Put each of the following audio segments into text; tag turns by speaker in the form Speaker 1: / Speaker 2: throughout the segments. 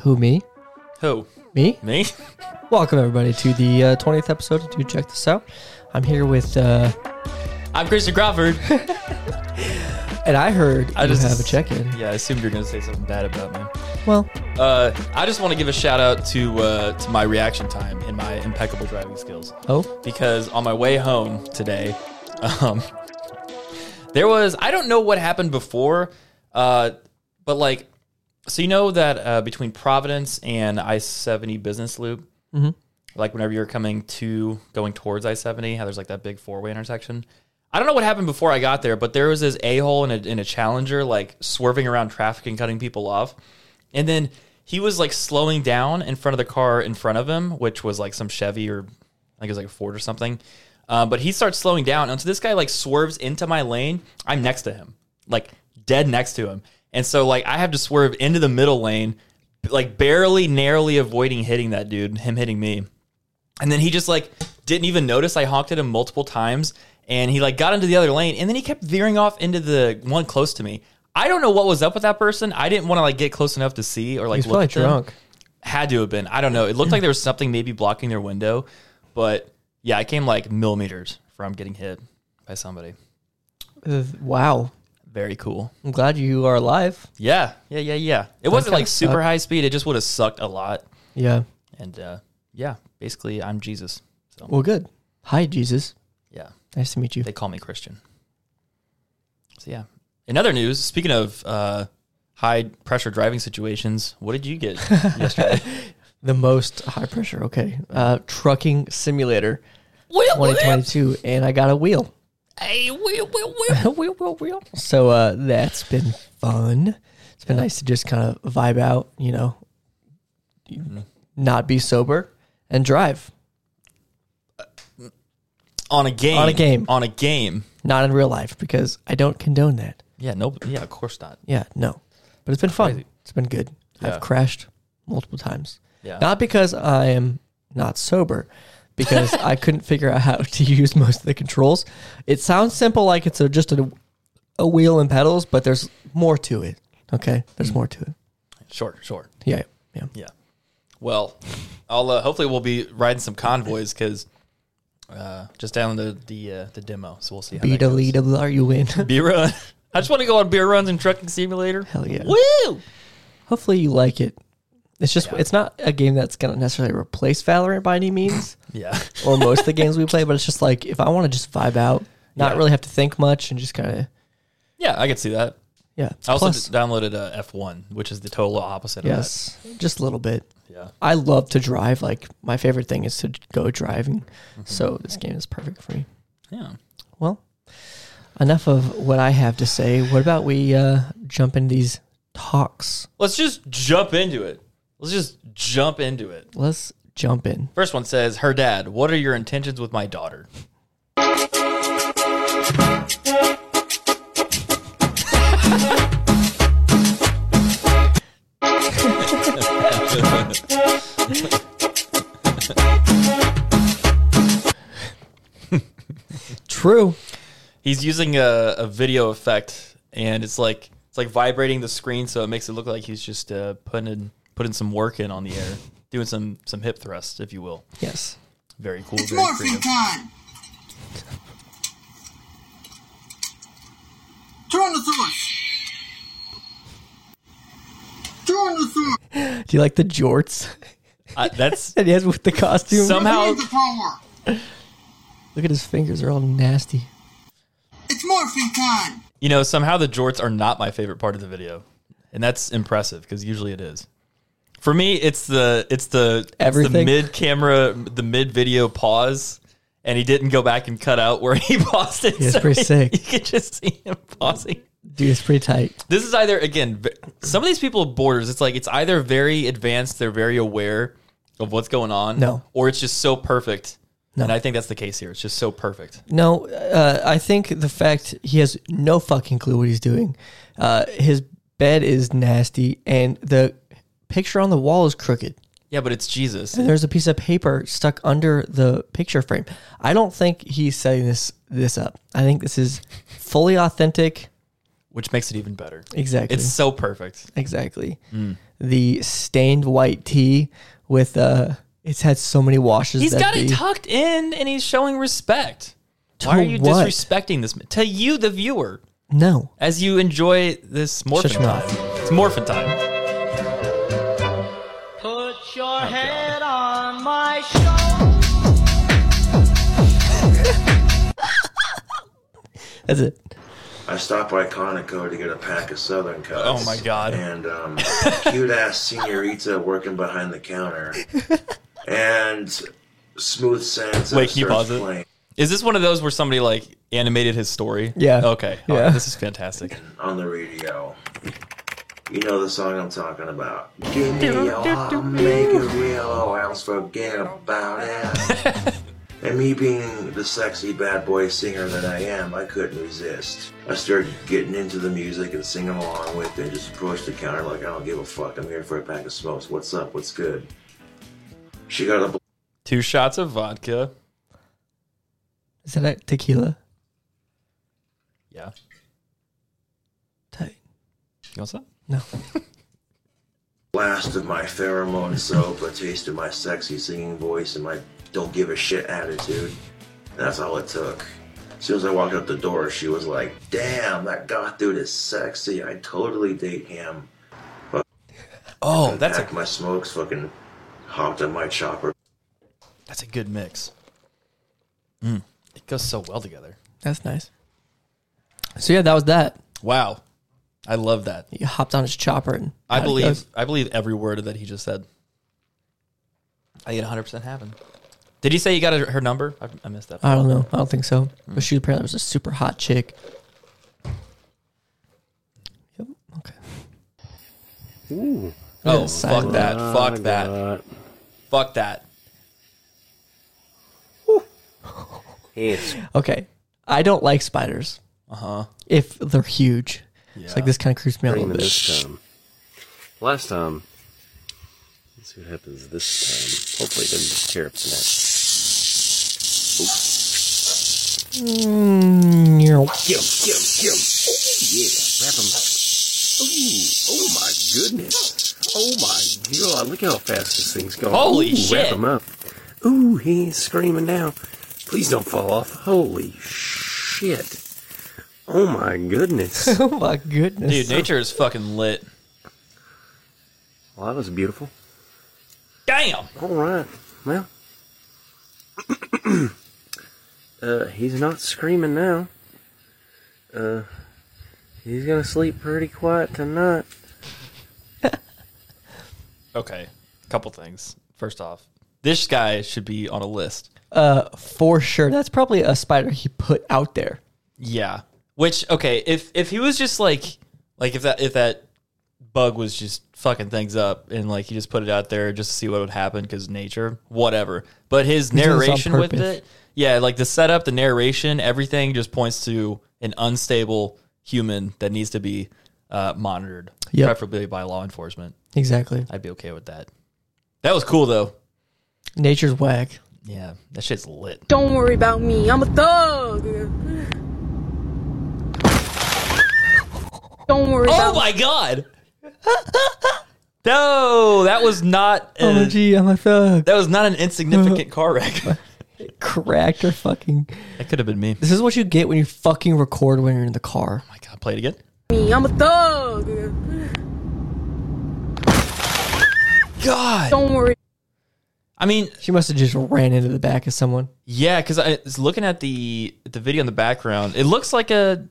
Speaker 1: Who, me?
Speaker 2: Who?
Speaker 1: Me?
Speaker 2: Me?
Speaker 1: Welcome, everybody, to the uh, 20th episode of Do Check This Out. I'm here with, uh,
Speaker 2: I'm Christian Crawford.
Speaker 1: and I heard
Speaker 2: I
Speaker 1: you
Speaker 2: just-
Speaker 1: have a check in.
Speaker 2: yeah, I assumed you're gonna say something bad about me.
Speaker 1: Well,
Speaker 2: Uh, I just want to give a shout out to uh, to my reaction time and my impeccable driving skills
Speaker 1: oh,
Speaker 2: because on my way home today, um, there was I don't know what happened before, uh, but like, so you know that uh, between Providence and I seventy business loop,
Speaker 1: Mhm.
Speaker 2: like whenever you're coming to going towards I seventy, how there's like that big four way intersection. I don't know what happened before I got there, but there was this a hole in a, in a Challenger like swerving around traffic and cutting people off, and then he was like slowing down in front of the car in front of him, which was like some Chevy or I think it was like a Ford or something. Uh, but he starts slowing down, and so this guy like swerves into my lane. I'm next to him, like dead next to him, and so like I have to swerve into the middle lane, like barely, narrowly avoiding hitting that dude, him hitting me. And then he just like didn't even notice I honked at him multiple times and he like got into the other lane and then he kept veering off into the one close to me. I don't know what was up with that person. I didn't want to like get close enough to see or like
Speaker 1: he's
Speaker 2: look
Speaker 1: probably
Speaker 2: at them.
Speaker 1: drunk.
Speaker 2: Had to have been. I don't know. It looked like there was something maybe blocking their window, but yeah, I came like millimeters from getting hit by somebody.
Speaker 1: Uh, wow.
Speaker 2: Very cool.
Speaker 1: I'm glad you are alive.
Speaker 2: Yeah. Yeah, yeah, yeah. It wasn't
Speaker 1: kinda
Speaker 2: like super
Speaker 1: sucked.
Speaker 2: high speed. It just would have sucked a lot.
Speaker 1: Yeah.
Speaker 2: And uh yeah, basically I'm Jesus. So
Speaker 1: Well, good. Hi, Jesus.
Speaker 2: yeah.
Speaker 1: Nice to meet you.
Speaker 2: they call me Christian. So yeah. In other news, speaking of uh, high pressure driving situations, what did you get yesterday?
Speaker 1: The most high pressure, okay. Uh, trucking simulator
Speaker 2: Wheel,
Speaker 1: 2022, and I got a wheel.
Speaker 2: Hey, wheel, wheel, wheel.
Speaker 1: wheel, wheel, wheel. So uh, that's been fun. It's been nice to just kind of vibe out, you know, not be sober and drive,
Speaker 2: On a game.
Speaker 1: On a game.
Speaker 2: On a game.
Speaker 1: not in real life because I don't condone that.
Speaker 2: Yeah, no. Yeah, of course not.
Speaker 1: Yeah, no. But it's been fun.
Speaker 2: Crazy.
Speaker 1: It's been good.
Speaker 2: Yeah.
Speaker 1: I've crashed multiple times.
Speaker 2: Yeah.
Speaker 1: Not because I am not sober, because I couldn't figure out how to use most of the controls. It sounds simple, like it's a, just a, a wheel and pedals, but there's more to it. Okay, there's more to it.
Speaker 2: Sure, sure.
Speaker 1: Yeah, yeah.
Speaker 2: Hmm. Yeah. Well, I'll uh, hopefully we'll be riding some convoys because uh, just downloaded the uh, the demo, so we'll see how
Speaker 1: Beta
Speaker 2: that goes.
Speaker 1: leader, are you in?
Speaker 2: Beer run. I just want to go on beer runs and trucking simulator.
Speaker 1: Hell yeah.
Speaker 2: Woo!
Speaker 1: Hopefully you like it. It's just
Speaker 2: Yeah.
Speaker 1: it's not a game that's gonna necessarily replace Valorant by any means,
Speaker 2: Yeah.
Speaker 1: or most of the games we play. But it's just like if I want to just vibe out, not
Speaker 2: Yeah.
Speaker 1: really have to think much, and just kind of
Speaker 2: Yeah, I could see that.
Speaker 1: yeah.
Speaker 2: I also
Speaker 1: Plus,
Speaker 2: d- downloaded uh, F1, which is the total opposite
Speaker 1: yes, just a little bit.
Speaker 2: of that. Yeah.
Speaker 1: I love to drive. Like my favorite thing is to j- go driving. So this game is perfect for me.
Speaker 2: Yeah.
Speaker 1: Well, enough of what I have to say. What about we uh, jump in these talks?
Speaker 2: Let's just jump into it. Let's just jump into it.
Speaker 1: Let's jump in.
Speaker 2: First one says, Her dad, what are your intentions with my daughter?
Speaker 1: True.
Speaker 2: He's using a, a video effect and it's like it's like vibrating the screen so it makes it look like he's just uh, putting in, putting some work in on the air, doing some some hip thrust, if you will.
Speaker 1: Yes.
Speaker 2: Very cool, very
Speaker 3: Morphin
Speaker 2: creative.
Speaker 3: time! Tyrannosaurus! Tyrannosaurus!
Speaker 1: Do you like the jorts?
Speaker 2: I, that's
Speaker 1: that he has with the costume.
Speaker 2: somehow
Speaker 3: Need the power!
Speaker 1: Look at his fingers; they're all nasty.
Speaker 3: It's morphin time!
Speaker 2: you know, somehow the jorts are not my favorite part of the video, and that's impressive because usually it is. For me, it's the it's the it's the
Speaker 1: Everything.
Speaker 2: mid camera, the mid video pause, and he didn't go back and cut out where he paused it.
Speaker 1: it's pretty
Speaker 2: he-
Speaker 1: sick.
Speaker 2: You could just see him pausing.
Speaker 1: Dude, it's pretty tight.
Speaker 2: This is either again, v- some of these people have borders. It's like it's either very advanced, they're very aware of what's going on,
Speaker 1: No.
Speaker 2: or it's just so perfect. And I think that's the case here. It's just so perfect.
Speaker 1: No, uh, I think the fact he has no fucking clue what he's doing. Uh, his bed is nasty, and the picture on the wall is crooked.
Speaker 2: Yeah, but it's Jesus.
Speaker 1: And there's a piece of paper stuck under the picture frame. I don't think he's setting this this up. I think this is fully authentic
Speaker 2: which makes it even better.
Speaker 1: Exactly.
Speaker 2: It's Hmm. so perfect.
Speaker 1: Exactly. The stained white tee with uh it's had so many washes.
Speaker 2: He's
Speaker 1: that
Speaker 2: got it
Speaker 1: the-
Speaker 2: tucked in and he's showing respect. Why
Speaker 1: To
Speaker 2: are you
Speaker 1: what?
Speaker 2: disrespecting this? ma- To you, the viewer,
Speaker 1: No.
Speaker 2: as you enjoy this morphin
Speaker 1: Shut your
Speaker 2: time.
Speaker 1: mouth.
Speaker 2: It's morphin time.
Speaker 4: Put your head on my shoulder.
Speaker 1: That's it.
Speaker 5: I stopped by Conoco to get a pack of Southern Cuts.
Speaker 2: Oh my God.
Speaker 5: And um, cute ass senorita working behind the counter, and smooth sands.
Speaker 2: Wait, can you pause it? Is this one of those where somebody like animated his story?
Speaker 1: Yeah.
Speaker 2: Okay. All right,
Speaker 1: Yeah.
Speaker 2: This is fantastic.
Speaker 5: on the radio. You know the song I'm talking about. Give me your heart, make it real, or else forget about it. and me being the sexy bad boy singer that I am, I couldn't resist. I started getting into the music and singing along with it, just approached the counter like, I don't give a fuck, I'm here for a pack of smokes. What's up? What's good? She got a
Speaker 2: Two shots of vodka.
Speaker 1: Is that a tequila?
Speaker 2: Yeah.
Speaker 1: Tight.
Speaker 2: You want some?
Speaker 1: No.
Speaker 5: blast of my pheromone soap, a taste of my sexy singing voice, and my don't give a shit attitude. That's all it took. As soon as I walked out the door, she was like, Damn, that goth dude is sexy. I totally date him.
Speaker 2: Oh, that's a
Speaker 5: Packed my smokes, fucking hopped on my chopper.
Speaker 2: that's a good mix. Mm. It goes so well together.
Speaker 1: That's nice. So yeah, that was that.
Speaker 2: Wow. I love that.
Speaker 1: He hopped on his chopper and
Speaker 2: I
Speaker 1: out it
Speaker 2: believe
Speaker 1: goes.
Speaker 2: I believe every word that he just said. I think it 100% happened. Did he say you got her her number? I, I missed that.
Speaker 1: I don't know. I don't think so. But she apparently was a super hot chick. Yep. Okay.
Speaker 2: oh,
Speaker 1: Silent.
Speaker 6: Uh,
Speaker 2: fuck that. Fuck that. Fuck that.
Speaker 6: It's
Speaker 1: Okay. I don't like spiders.
Speaker 2: Uh-huh.
Speaker 1: Uh huh. If they're huge. It's like this kind of creeps me out a
Speaker 6: green
Speaker 1: little bit.
Speaker 6: this time. Last time. Let's see what happens this time. Hopefully, it doesn't just tear up the net.
Speaker 1: Mm,
Speaker 6: Get him, get him, get him. Oh, yeah. Wrap him. Ooh, oh my goodness. Oh my god, look how fast this thing's going.
Speaker 2: Holy
Speaker 6: Ooh,
Speaker 2: shit.
Speaker 6: Wrap him up. Ooh, he's screaming now. Please don't fall off. Holy shit. Oh my goodness.
Speaker 1: Oh my goodness.
Speaker 2: Dude, nature is fucking lit.
Speaker 6: well, that was beautiful.
Speaker 2: Damn.
Speaker 6: All right. Well, uh, he's not screaming now. Uh, he's gonna sleep pretty quiet tonight.
Speaker 2: Okay. Couple things. First off, this guy should be on a list.
Speaker 1: For sure. That's probably a spider he put out there.
Speaker 2: Yeah. Which okay, if if he was just like like if that if that bug was just fucking things up and like he just put it out there just to see what would happen because nature, whatever. But his
Speaker 1: doing this on
Speaker 2: narration with
Speaker 1: purpose.
Speaker 2: it, yeah, like the setup, the narration, everything just points to an unstable human that needs to be uh, monitored,
Speaker 1: Yep.
Speaker 2: preferably by law enforcement.
Speaker 1: Exactly.
Speaker 2: I'd be okay with that. That was cool though.
Speaker 1: Nature's whack.
Speaker 2: Yeah, that shit's lit.
Speaker 7: Don't worry about me. I'm a thug. Don't worry
Speaker 2: Oh
Speaker 7: about
Speaker 2: my god. No, that was not. uh,
Speaker 1: Oh gee, I'm a thug.
Speaker 2: That was not an insignificant car wreck. that
Speaker 1: Cracked or fucking.
Speaker 2: could have been me.
Speaker 1: This is what you get when you fucking record when you're in the car.
Speaker 2: my god, play it again.
Speaker 7: me. I'm a thug.
Speaker 2: God.
Speaker 7: Don't worry.
Speaker 2: I mean,
Speaker 1: She must have just ran into the back of someone.
Speaker 2: yeah, because I was looking at the at the video in the background. It looks like a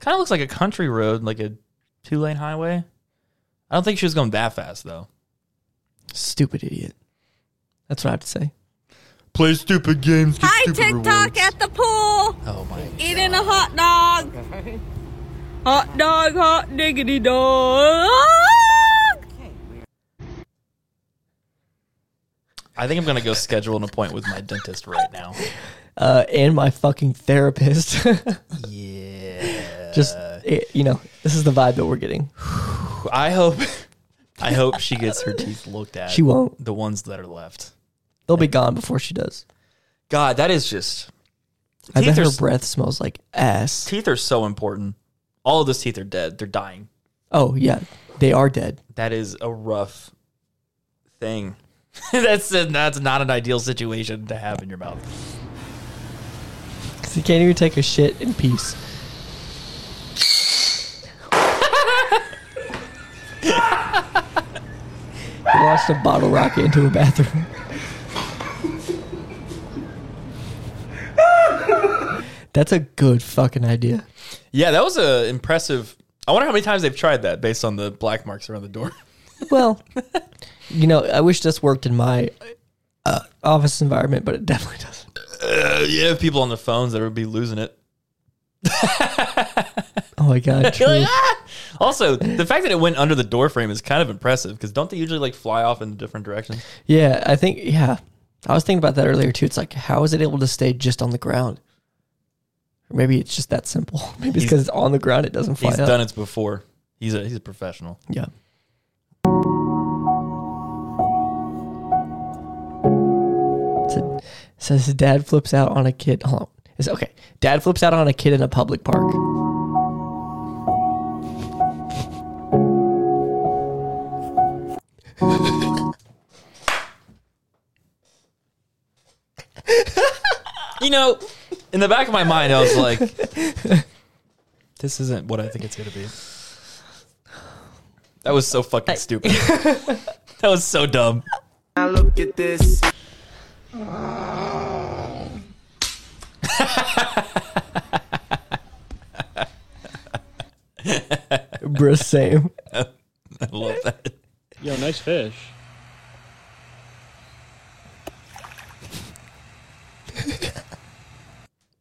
Speaker 2: kind of looks like a country road, like a two lane highway. I don't think she was going that fast though.
Speaker 1: Stupid idiot. That's what I have to say.
Speaker 2: Play stupid games. Get
Speaker 8: Hi, TikTok at the pool,
Speaker 2: Oh my.
Speaker 8: eating a hot dog. Hot dog, hot diggity dog.
Speaker 2: I think I'm gonna go schedule an appointment with my dentist right now.
Speaker 1: Uh, and my fucking therapist.
Speaker 2: Yeah.
Speaker 1: just, it, you know, this is the vibe that we're getting.
Speaker 2: I hope. I hope she gets her teeth looked at.
Speaker 1: She won't.
Speaker 2: The ones that are left.
Speaker 1: They'll be gone before she does.
Speaker 2: God, that is just.
Speaker 1: I
Speaker 2: Teeth
Speaker 1: bet
Speaker 2: are
Speaker 1: her
Speaker 2: s-
Speaker 1: breath smells like ass.
Speaker 2: teeth are so important. All of those teeth are dead. They're dying.
Speaker 1: Oh yeah, they are dead.
Speaker 2: That is a rough thing. that's that's not an ideal situation to have in your mouth.
Speaker 1: Cause he can't even take a shit in peace. he launched a bottle rocket into a bathroom. That's a good fucking idea.
Speaker 2: Yeah, that was a impressive. I wonder how many times they've tried that based on the black marks around the door.
Speaker 1: Well, you know, I wish this worked in my uh, office environment, but it definitely doesn't.
Speaker 2: Uh, you have people on their phones that would be losing it.
Speaker 1: Oh my god,
Speaker 2: You're
Speaker 1: true.
Speaker 2: like, "Ah!" Also, the fact that it went under the door frame is kind of impressive because don't they usually like fly off in different directions?
Speaker 1: Yeah, I think yeah. I was thinking about that earlier too. It's like how is it able to stay just on the ground? Or maybe it's just that simple. Maybe it's
Speaker 2: He's-
Speaker 1: because it's on the ground, it doesn't fly
Speaker 2: He's
Speaker 1: up.
Speaker 2: done it before. He's a he's a professional.
Speaker 1: Yeah. It's a- it says his dad flips out on a kid. Hold on. It's okay. Dad flips out on a kid in a public park.
Speaker 2: You know, in the back of my mind, I was like, this isn't what I think it's gonna be. That was so fucking stupid. that was so dumb.
Speaker 1: Bruh, same.
Speaker 2: I love that.
Speaker 9: Yo, nice fish.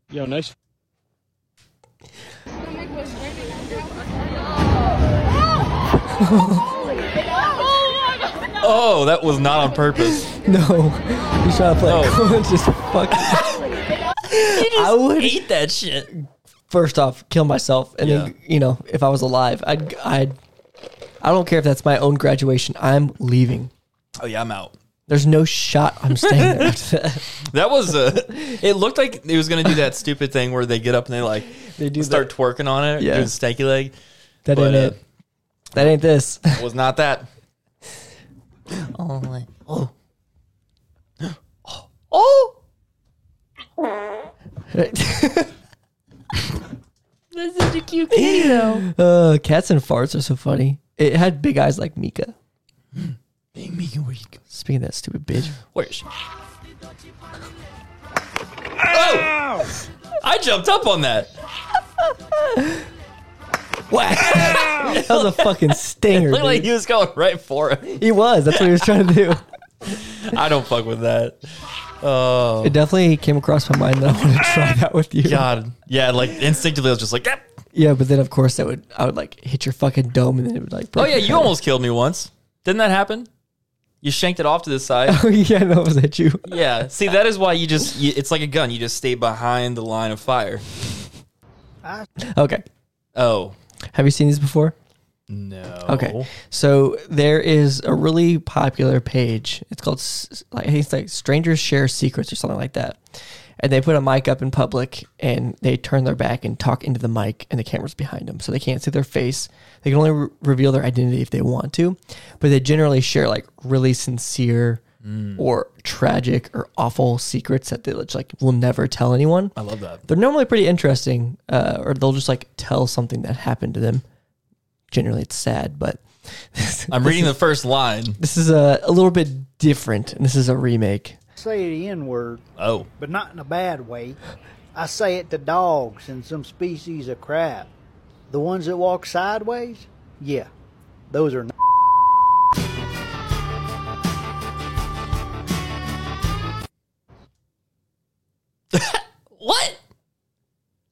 Speaker 9: Yo, nice.
Speaker 2: Oh, that was not on purpose.
Speaker 1: No. He's trying to play
Speaker 2: Oh.
Speaker 1: cool and just fucking. I would
Speaker 2: Eat that shit.
Speaker 1: first off kill myself and then you know if i was alive i'd i'd i don't care if that's my own graduation i'm leaving
Speaker 2: Oh yeah, I'm out.
Speaker 1: there's no shot i'm staying there after that.
Speaker 2: That was uh It looked like it was gonna do that stupid thing where they get up and they like
Speaker 1: they do
Speaker 2: start twerking on it,
Speaker 1: Yeah.
Speaker 2: doing stanky leg.
Speaker 1: that, that
Speaker 2: but,
Speaker 1: ain't
Speaker 2: uh,
Speaker 1: it that ain't this
Speaker 2: Was not that.
Speaker 1: oh
Speaker 8: That's such a cute kitty, though.
Speaker 1: uh, cats and farts are so funny it had big eyes like mika speaking of that stupid bitch
Speaker 2: Where is she? Oh! I jumped up on that.
Speaker 1: Whack. that was a fucking stinger
Speaker 2: Looked like
Speaker 1: dude.
Speaker 2: he was going right for it.
Speaker 1: he was that's what he was trying to do
Speaker 2: I don't fuck with that. Oh
Speaker 1: it definitely came across my mind that i wanted to try that with you
Speaker 2: God. Yeah, like instinctively I was just like, "Ah."
Speaker 1: Yeah, but then of course that would I would like hit your fucking dome and then it would like.
Speaker 2: oh
Speaker 1: break
Speaker 2: yeah,
Speaker 1: your
Speaker 2: you
Speaker 1: head.
Speaker 2: almost killed me once. Didn't that happen? You shanked it off to the side.
Speaker 1: Oh yeah, that was at you.
Speaker 2: Yeah. See, that is why you just, you, it's like a gun. You just stay behind the line of fire.
Speaker 1: Okay,
Speaker 2: Oh.
Speaker 1: have you seen these before?
Speaker 2: No.
Speaker 1: Okay, so there is a really popular page. It's called s- like I think it's like Strangers Share Secrets or something like that. And they put a mic up in public and they turn their back and talk into the mic and the camera's behind them, so they can't see their face. They can only re- reveal their identity if they want to, but they generally share like really sincere. Or tragic or awful secrets that they like will never tell anyone.
Speaker 2: I love that.
Speaker 1: they're normally pretty interesting, uh, or they'll just like tell something that happened to them. Generally, it's sad, but
Speaker 2: I'm reading the first line.
Speaker 1: this is a, a little bit different, and this is a remake.
Speaker 10: say the N word,
Speaker 2: Oh.
Speaker 10: but not in a bad way. I say it to dogs and some species of crap. The ones that walk sideways? Yeah, those are. N-
Speaker 2: What?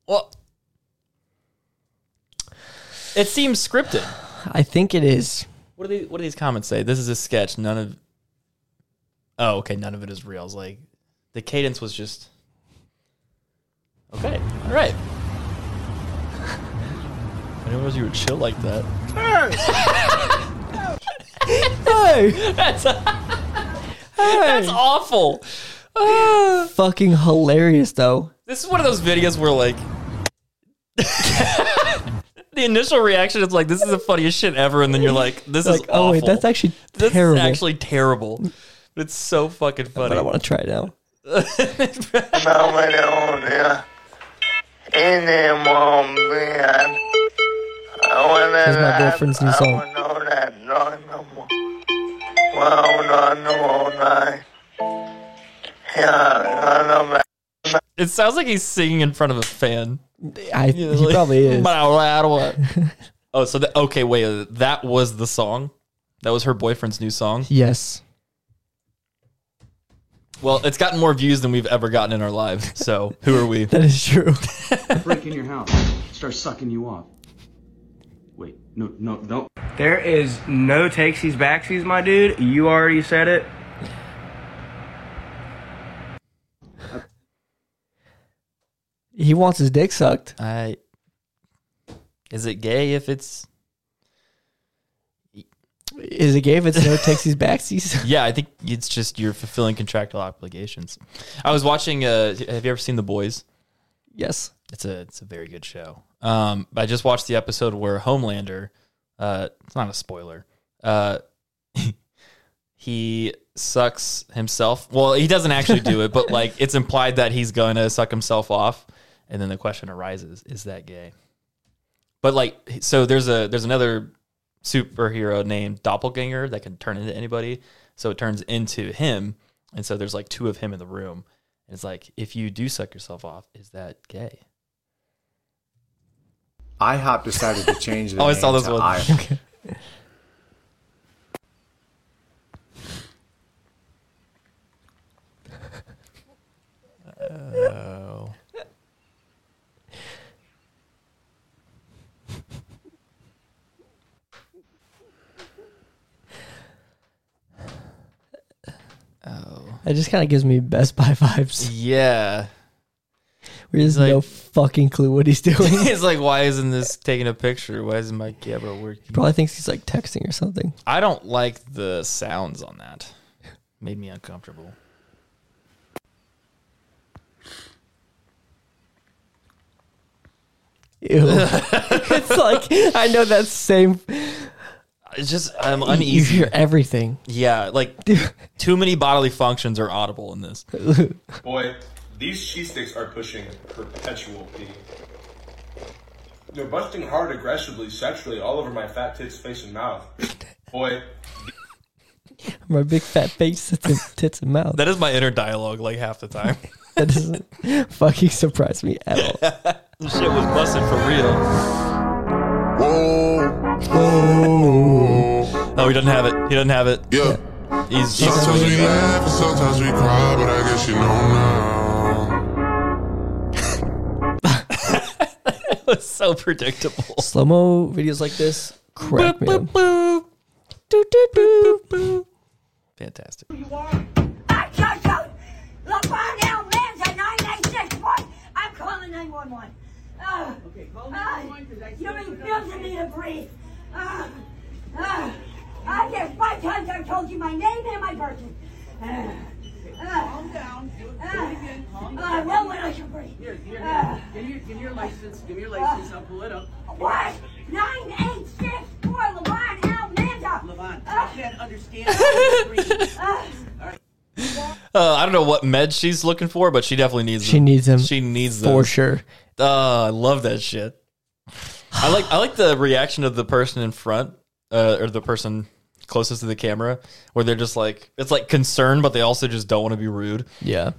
Speaker 2: Well, it seems scripted.
Speaker 1: I think it is.
Speaker 2: What do they? What do these comments say? This is a sketch. None of. Oh, okay. None of it is real. It's like the cadence was just. Okay. All right. I didn't realize you were chill like that.
Speaker 1: Hey,
Speaker 2: That's, that's awful. Ah.
Speaker 1: fucking hilarious though.
Speaker 2: This is one of those videos where like the initial reaction is like, this is the funniest shit ever, and then you're like, this is
Speaker 1: Like, oh wait,
Speaker 2: awful.
Speaker 1: that's actually
Speaker 2: This is
Speaker 1: terrible.
Speaker 2: actually terrible. But it's so fucking
Speaker 1: but I
Speaker 2: funny.
Speaker 1: want to try now.
Speaker 5: on there. In there, mom, man. I wanna
Speaker 1: Here's
Speaker 8: Uh,
Speaker 1: my girlfriend's new
Speaker 5: I
Speaker 1: song.
Speaker 5: wanna know that no no more. Well, I know all night. Yeah, I know that.
Speaker 2: It sounds like he's singing in front of a fan.
Speaker 1: I
Speaker 2: Yeah,
Speaker 1: he
Speaker 2: like,
Speaker 1: probably is.
Speaker 2: "But I lied, what?" oh, so the, okay, wait, that was the song. That was her boyfriend's new song.
Speaker 1: Yes.
Speaker 2: Well, it's gotten more views than we've ever gotten in our lives. So who are we?
Speaker 1: That is true.
Speaker 11: break in your house, start sucking you off. Wait, no, no, no.
Speaker 6: There is no takesies backsies, my dude. You already said it.
Speaker 1: he wants his dick sucked.
Speaker 2: I. Is it gay if it's?
Speaker 1: Is it gay if it's no takesies backsies?
Speaker 2: Yeah, I think it's just you're fulfilling contractual obligations. I was watching. Uh, have you ever seen The Boys?
Speaker 1: yes.
Speaker 2: It's a it's a very good show. Um, I just watched the episode where Homelander. Uh, it's not a spoiler. Uh, he sucks himself. Well, he doesn't actually do it, but like it's implied that he's gonna suck himself off, and then the question arises: Is that gay? But like, so there's a there's another superhero named Doppelganger that can turn into anybody. So it turns into him, and so there's like two of him in the room. It's like if you do suck yourself off, is that gay?
Speaker 11: IHOP decided to change the
Speaker 2: Oh, I saw
Speaker 11: name
Speaker 2: this
Speaker 11: to
Speaker 2: one.
Speaker 11: I-
Speaker 1: That just kind of gives me Best Buy vibes.
Speaker 2: Yeah.
Speaker 1: Where there's
Speaker 2: like-
Speaker 1: no fucking clue what he's doing.
Speaker 2: it's like, why isn't this taking a picture? Why isn't my camera working?
Speaker 1: Probably thinks he's like texting or something.
Speaker 2: I don't like the sounds on that. Made me uncomfortable.
Speaker 1: Ew. it's like I know that same.
Speaker 2: It's just I'm
Speaker 1: You
Speaker 2: uneasy.
Speaker 1: hear everything.
Speaker 2: Yeah, like too many bodily functions are audible in this.
Speaker 6: Boy, these cheese sticks are pushing perpetual pee. They're busting hard aggressively sexually all over my fat tits, face, and mouth. Boy,
Speaker 1: My big fat face, tits and, tits and mouth.
Speaker 2: That is my inner dialogue, like half the time.
Speaker 1: That doesn't fucking surprise me at all.
Speaker 2: This shit was busted for real.
Speaker 5: Whoa,
Speaker 2: No, he doesn't have it. He doesn't have it.
Speaker 5: yeah.
Speaker 2: He's,
Speaker 5: Sometimes we
Speaker 2: he's
Speaker 5: laugh and sometimes we cry, but I guess you know now.
Speaker 2: so predictable.
Speaker 1: Slow mo videos like this crack me. up.
Speaker 2: Fantastic.
Speaker 8: I'm calling 911. Oh, okay, call 911 because I You're refusing me to breathe. Uh, uh, I guess five times I've told you my name and my birthday. Uh, calm down. Do it, again. Calm down. I will when I can breathe. Here, here, Give, me your, give me your license. Give me your license. I'll pull it up. What? 9864 LeBron Almanza. LeBron, I can't understand.
Speaker 2: Uh, I don't know what meds she's looking for, but she definitely needs
Speaker 1: She needs him
Speaker 2: She needs them.
Speaker 1: for sure.
Speaker 2: Oh, I love that shit. I like I like the reaction of the person in front, uh, or the person closest to the camera, where they're just like it's like concern, but they also just don't want to be rude.
Speaker 1: Yeah.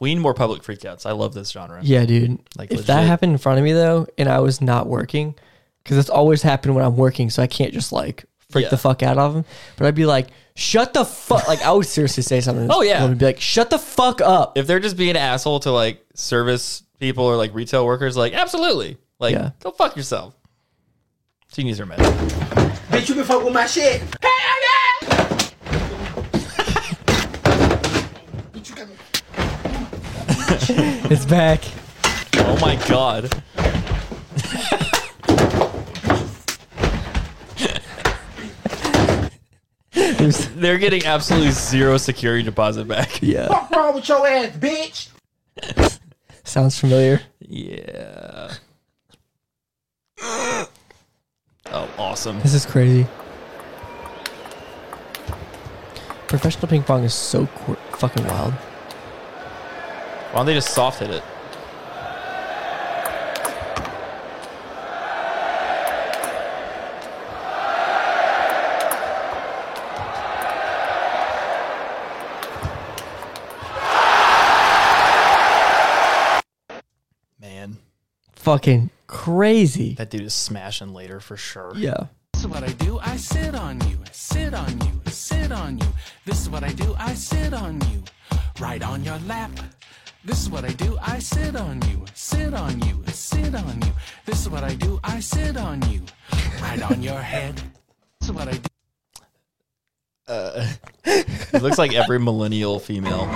Speaker 2: We need more public freakouts. I love this genre.
Speaker 1: Yeah, dude.
Speaker 2: Like,
Speaker 1: Like if that
Speaker 2: legit.
Speaker 1: happened in front of me though, and I was not working, because it's always happened when I'm working, so I can't just like freak
Speaker 2: Yeah.
Speaker 1: the fuck out of them. But I'd be like, "Shut the fuck!" like I would seriously say something. to
Speaker 2: Oh,
Speaker 1: this
Speaker 2: yeah.
Speaker 1: woman, be like, "Shut the fuck up!"
Speaker 2: If they're just being an asshole to like service people or like retail workers, like absolutely, like
Speaker 1: Yeah.
Speaker 2: go fuck yourself. She needs her meds.
Speaker 6: bitch, you can fuck with my shit.
Speaker 1: It's back.
Speaker 2: Oh my god.
Speaker 1: There's-
Speaker 2: They're getting absolutely zero security deposit back.
Speaker 1: yeah,
Speaker 6: What's wrong with your ass, bitch?
Speaker 1: sounds familiar.
Speaker 2: Yeah. Oh, awesome.
Speaker 1: This is crazy. Professional ping pong is so qu- fucking wild.
Speaker 2: Why don't they just soft hit it? Man,
Speaker 1: Fucking crazy.
Speaker 2: that dude is smashing later for sure.
Speaker 1: Yeah.
Speaker 12: This is what I do. I sit on you, sit on you, sit on you. This is what I do. I sit on you, right on your lap. This is what I do. I sit on you, sit on you, sit on you. This is what I do. I sit on you, right on your head. This is what I do.
Speaker 2: He looks like every millennial female.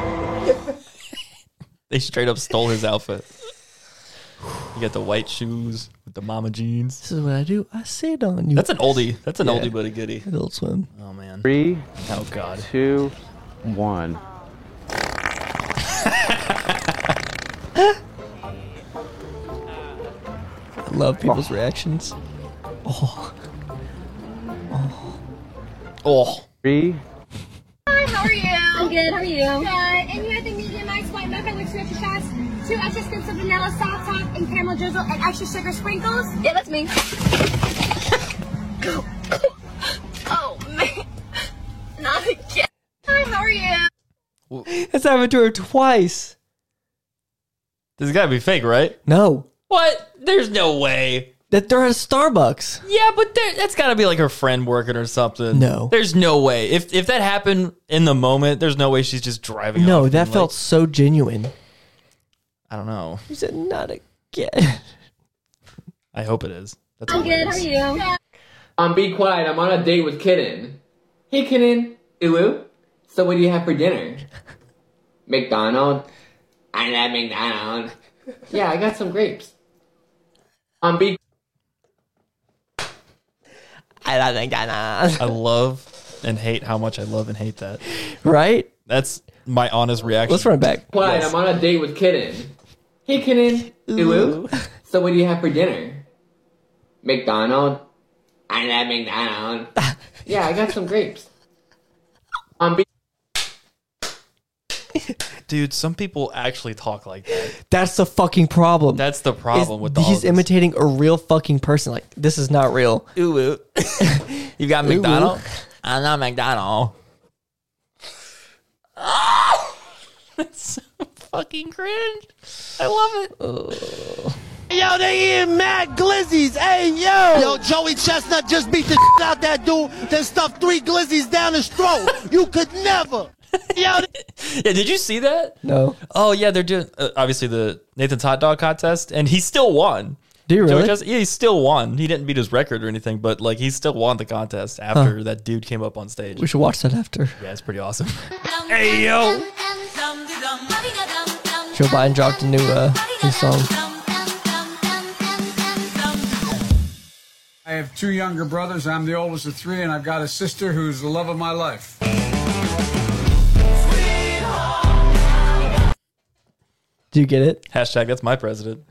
Speaker 2: they straight up stole his outfit. You got the white shoes with the mama jeans.
Speaker 1: This is what I do. I sit on you.
Speaker 2: That's an oldie. That's an
Speaker 1: Yeah.
Speaker 2: oldie but a goodie.
Speaker 1: Adult Swim.
Speaker 2: Oh man.
Speaker 11: Three,
Speaker 2: Oh god.
Speaker 11: two, one.
Speaker 1: I love people's reactions. Oh,
Speaker 2: Oh.
Speaker 11: Three.
Speaker 13: Hi, how are you? I'm good, how are you? Good. And you had the medium ice white mocha with two extra shots, two extra scoops of vanilla soft top and caramel drizzle, and extra sugar sprinkles? Yeah, that's me. oh, man. Not again. Hi, how are you?
Speaker 1: it's happened to her twice.
Speaker 2: This has gotta be fake, right?
Speaker 1: No,
Speaker 2: What? There's no way.
Speaker 1: that they're at a Starbucks.
Speaker 2: Yeah, but there, that's got to be like her friend working or something.
Speaker 1: No.
Speaker 2: there's no way. If if that happened in the moment, there's no way she's just driving.
Speaker 1: No,
Speaker 2: off
Speaker 1: that
Speaker 2: and,
Speaker 1: felt
Speaker 2: like-
Speaker 1: so genuine.
Speaker 2: I don't know.
Speaker 1: She said, "Not again."
Speaker 2: I hope it is. That's
Speaker 13: I'm good,
Speaker 2: hilarious.
Speaker 13: how are you?
Speaker 14: Um, be quiet. I'm on a date with Kitten. Hey, Kitten. Ilu. So, what do you have for dinner? McDonald. I love McDonald. Yeah, I got some grapes. Um, be.
Speaker 1: I don't think that.
Speaker 2: I love and hate how much I love and hate that.
Speaker 1: Right?
Speaker 2: That's my honest reaction.
Speaker 1: Let's run it back.
Speaker 14: Quiet. I'm on a date with Kitten. Hey, Kitten. Ilu. So, what do you have for dinner? McDonald. I love McDonald. Yeah, I got some grapes. Um, be.
Speaker 2: Dude, some people actually talk like that.
Speaker 1: That's the fucking problem.
Speaker 2: That's the problem with all
Speaker 1: he's
Speaker 2: of this.
Speaker 1: imitating a real fucking person. Like this is not real.
Speaker 2: Ooh, you got
Speaker 1: Ooh.
Speaker 2: McDonald. I'm not McDonald. That's so fucking cringe. I love it.
Speaker 15: Yo, they eating mad glizzies. Hey, yo. Yo, Joey Chestnut just beat the shit out that dude, then stuffed three glizzies down his throat. you could never. Yo,
Speaker 2: Yeah, did you see that?
Speaker 1: No.
Speaker 2: Oh yeah, they're doing uh, obviously the Nathan's hot dog contest, and he still won.
Speaker 1: Do you
Speaker 2: Joey
Speaker 1: really?
Speaker 2: Chestnut- yeah, he still won. He didn't beat his record or anything, but like he still won the contest after that dude came up on stage.
Speaker 1: We should watch that after.
Speaker 2: yeah, it's pretty awesome. hey yo,
Speaker 1: Joe Biden dropped a new uh, new song.
Speaker 16: I have two younger brothers. I'm the oldest of three, and I've got a sister who's the love of my life.
Speaker 1: Do you get it?
Speaker 2: hashtag that's my president.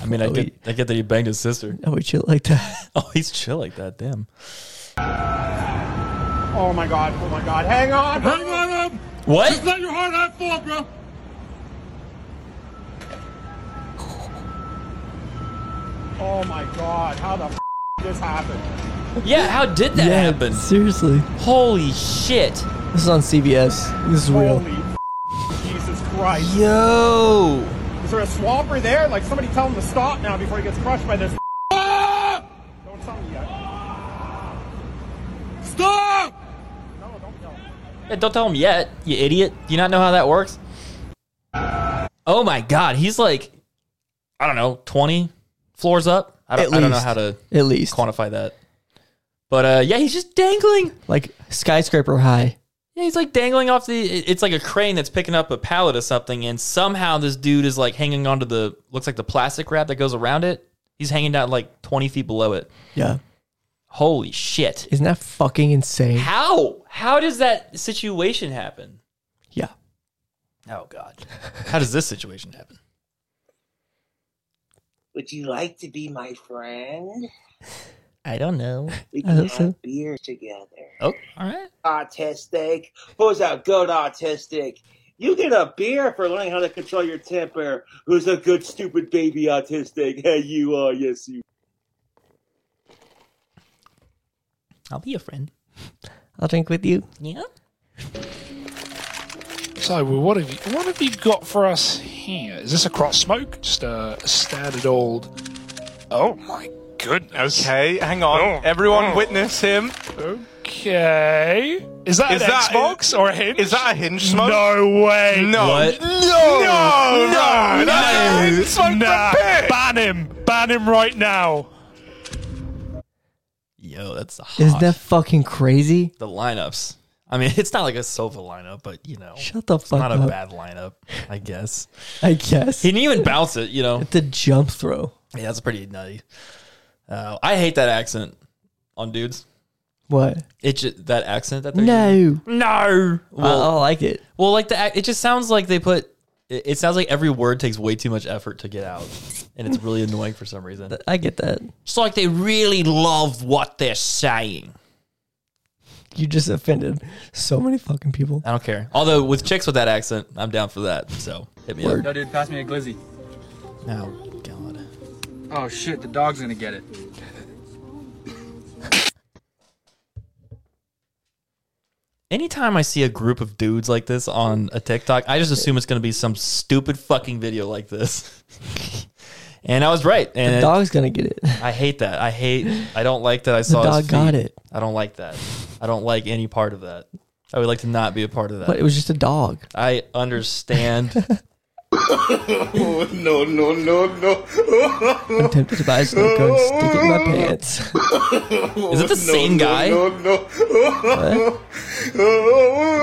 Speaker 2: I mean, I
Speaker 1: Oh,
Speaker 2: get
Speaker 1: he-
Speaker 2: I get that he banged his sister.
Speaker 1: Oh, we chill like that.
Speaker 2: Oh, he's chill like that. Damn.
Speaker 15: Oh my god, oh my god. Hang on. Hang on up.
Speaker 2: What?
Speaker 15: let your heart out fall, bro. Oh my god, how the f this happened?
Speaker 2: Yeah, how did that
Speaker 1: yeah,
Speaker 2: happen?
Speaker 1: seriously.
Speaker 2: Holy shit.
Speaker 1: This is on CBS. This is real.
Speaker 15: Holy f- Jesus Christ.
Speaker 2: Yo.
Speaker 15: Is there a swamper there? Like somebody tell him to stop now before he gets crushed by this. Don't tell me yet. Stop! No, don't tell him.
Speaker 2: Yeah, don't tell him yet, you idiot. Do you not know how that works? Oh my god, he's like, I don't know, 20 floors up? I don't,
Speaker 1: At
Speaker 2: I don't know
Speaker 1: least.
Speaker 2: how to
Speaker 1: At least
Speaker 2: quantify that. But uh, yeah, he's just dangling.
Speaker 1: like skyscraper high.
Speaker 2: Yeah, he's like dangling off the. it- It's like a crane that's picking up a pallet of something, and somehow this dude is like hanging onto the. Looks like the plastic wrap that goes around it. He's hanging down like 20 feet below it.
Speaker 1: Yeah.
Speaker 2: Holy shit.
Speaker 1: Isn't that fucking insane?
Speaker 2: How? How does that situation happen?
Speaker 1: Yeah.
Speaker 2: Oh god. How does this situation happen?
Speaker 17: Would you like to be my friend?
Speaker 1: I don't know.
Speaker 5: We
Speaker 1: I
Speaker 5: can
Speaker 1: hope
Speaker 5: have
Speaker 1: so.
Speaker 5: beer together.
Speaker 2: Oh, all right.
Speaker 5: Autistic. Who's a good autistic? You get a beer for learning how to control your temper. Who's a good stupid baby autistic? Hey, you are. Yes, you.
Speaker 2: I'll be your friend.
Speaker 1: I'll drink with you.
Speaker 2: Yeah.
Speaker 8: So, well, what have you what have you got for us here? Is this a crop smoke? Just a standard old. Oh my goodness. Oh.
Speaker 18: Okay, hang on. Everyone witness him.
Speaker 8: Okay. Is that
Speaker 18: Is
Speaker 8: an
Speaker 18: that-
Speaker 8: Xbox or a hinge?
Speaker 18: Is that a hinge smoke?
Speaker 8: No way.
Speaker 18: No.
Speaker 8: What?
Speaker 18: No.
Speaker 8: No,
Speaker 18: No.
Speaker 8: no,
Speaker 18: That's a hinge smoke
Speaker 8: Nah.
Speaker 18: from Pit.
Speaker 8: Ban him. Ban him right now.
Speaker 2: Yo, that's hot.
Speaker 1: Isn't that fucking crazy?
Speaker 2: the lineups. I mean, it's not like a sofa lineup, but you know,
Speaker 1: Shut the
Speaker 2: it's
Speaker 1: fuck
Speaker 2: not
Speaker 1: up.
Speaker 2: a bad lineup, I guess.
Speaker 1: I guess.
Speaker 2: he didn't even bounce it. You know,
Speaker 1: The jump throw.
Speaker 2: yeah, that's pretty nutty. Uh, I hate that accent on dudes.
Speaker 1: What?
Speaker 2: It just, that accent that they're
Speaker 1: No.
Speaker 2: No.
Speaker 1: I, I like it.
Speaker 2: Well, like the ac- it just sounds like they put. It, it sounds like every word takes way too much effort to get out, and it's really annoying for some reason.
Speaker 1: I get that.
Speaker 2: It's like they really love what they're saying.
Speaker 1: You just offended so many fucking people.
Speaker 2: I don't care. Although with chicks with that accent, I'm down for that. So hit me up.
Speaker 19: Yo, dude, pass me a glizzy.
Speaker 2: No.
Speaker 19: Oh shit, the dog's gonna get it.
Speaker 2: Anytime I see a group of dudes like this on a TikTok, I just assume it's going to be some stupid fucking video like this. and I was right. And
Speaker 1: The
Speaker 2: it-
Speaker 1: dog's gonna get it.
Speaker 2: I hate that. I hate. I don't like that. I saw
Speaker 1: dog
Speaker 2: his
Speaker 1: got
Speaker 2: feet.
Speaker 1: it.
Speaker 2: I don't like that. I don't like any part of that. I would like to not be a part of that.
Speaker 1: But it was just a dog.
Speaker 2: I understand.
Speaker 20: Oh, no, no, no, no.
Speaker 1: I'm tempted to buy a snow cone, stick it in my pants.
Speaker 2: Is it the same guy?